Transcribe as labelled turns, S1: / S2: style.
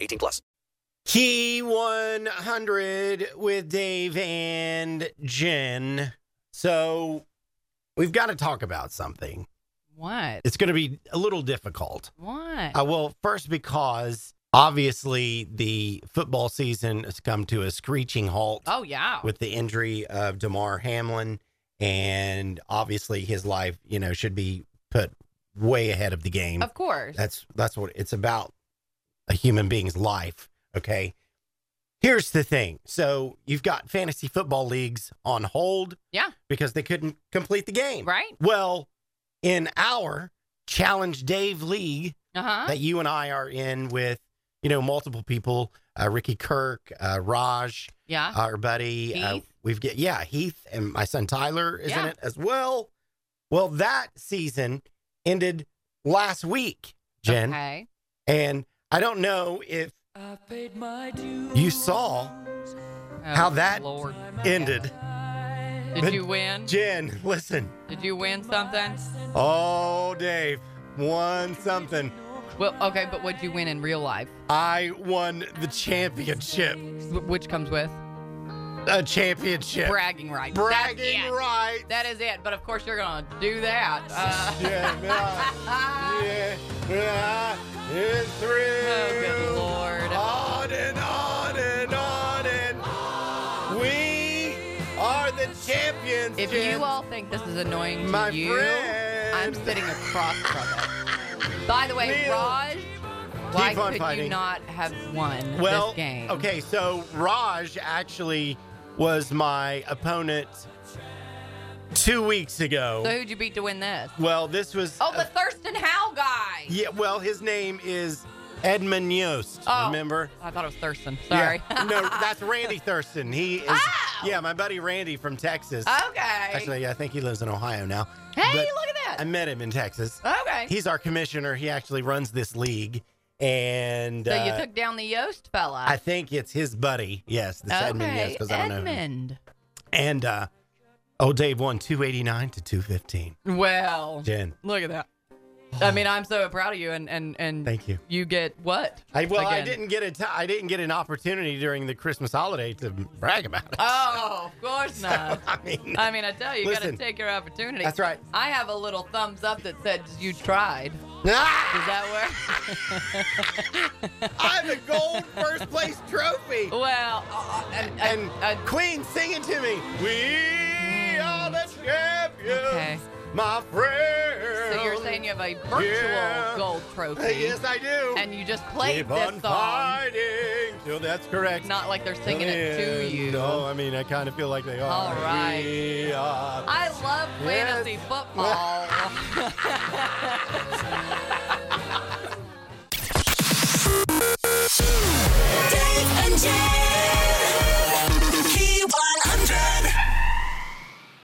S1: 18 plus.
S2: Key 100 with Dave and Jen. So we've got to talk about something.
S3: What?
S2: It's going to be a little difficult.
S3: What?
S2: Uh, well, first, because obviously the football season has come to a screeching halt
S3: oh yeah.
S2: with the injury of DeMar Hamlin. And obviously his life, you know, should be put way ahead of the game.
S3: of course.
S2: That's that's what it's about a human being's life, okay? Here's the thing. So, you've got fantasy football leagues on hold
S3: Yeah.
S2: because they couldn't complete the game.
S3: Right?
S2: Well, in our Challenge Dave League
S3: Uh-huh.
S2: that you and I are in with, you know, multiple people, uh, Ricky Kirk, uh, Raj,
S3: Yeah.
S2: our buddy, uh,
S3: Uh-huh. Heath.
S2: we've get yeah, Heath and my son Tyler is in
S3: Yeah.
S2: it as well. Well, that season ended last week, Jen.
S3: okay.
S2: And I don't know if you saw
S3: Oh,
S2: how that
S3: Lord.
S2: ended.
S3: Did you win?
S2: Jen, listen.
S3: Did you win something?
S2: Oh, Dave, won something.
S3: Well, okay, but what'd you win in real life?
S2: I won the championship.
S3: Wh- Which comes with
S2: A championship.
S3: bragging rights.
S2: Bragging
S3: That's it.
S2: right.
S3: That is it. But of course, you're gonna do that. Uh,
S2: yeah, nah, yeah, nah, it's through.
S3: oh, good lord.
S2: On and on and on and we are the champions.
S3: If
S2: Jen.
S3: you all think this is annoying to
S2: My
S3: you, I'm
S2: friend.
S3: sitting across from it. By the way,
S2: Leo.
S3: Raj, why
S2: Keep on
S3: could
S2: fighting.
S3: you not have won
S2: well,
S3: this game?
S2: okay, so Raj actually was my opponent two weeks ago.
S3: So who'd you beat to win this?
S2: well, this was
S3: Oh,
S2: uh,
S3: the Thurston Howell guy.
S2: yeah. Well, his name is Edmund Yost.
S3: Oh.
S2: Remember?
S3: I thought it was Thurston. Sorry. Oh!
S2: Yeah. no, that's Randy Thurston. He is. Yeah, my buddy Randy from Texas.
S3: okay.
S2: Actually, I think he lives in Ohio now.
S3: hey,
S2: but-
S3: look at
S2: I met him in Texas.
S3: that. Okay.
S2: He's our commissioner. He actually runs this league, and
S3: so
S2: uh,
S3: you took down the Yost fella.
S2: I think it's his buddy. Yes, this
S3: okay.
S2: Edmund. Yes, because I don't know. him.
S3: Edmund.
S2: And uh, old Dave won two eighty nine to two fifteen.
S3: Well,
S2: Jen,
S3: look at that. I mean, I'm so proud of you, and and and
S2: Oh. Thank you.
S3: You get what?
S2: I, well, I
S3: again?
S2: didn't get a t- I didn't get an opportunity during the Christmas holiday to brag about it.
S3: Oh, of course not.
S2: I mean,
S3: I mean, I tell you, you got to
S2: Listen.
S3: take your opportunity.
S2: That's right.
S3: I have a little thumbs up that said you tried. Does
S2: Ah!
S3: that work?
S2: I have a gold first place trophy.
S3: well, uh, uh, and,
S2: and
S3: and-
S2: Queen singing to me. We are the champions,
S3: Okay.
S2: my friend.
S3: so you're saying you have a virtual
S2: Yeah.
S3: gold trophy,
S2: Yes, I do.
S3: and you just played
S2: Keep
S3: this
S2: on
S3: song,
S2: fighting. So that's correct.
S3: not like they're singing it to
S2: And-
S3: you.
S2: No, I mean I kind of feel like they are.
S3: All right.
S2: We are
S3: I love fantasy
S2: Yes.
S3: football.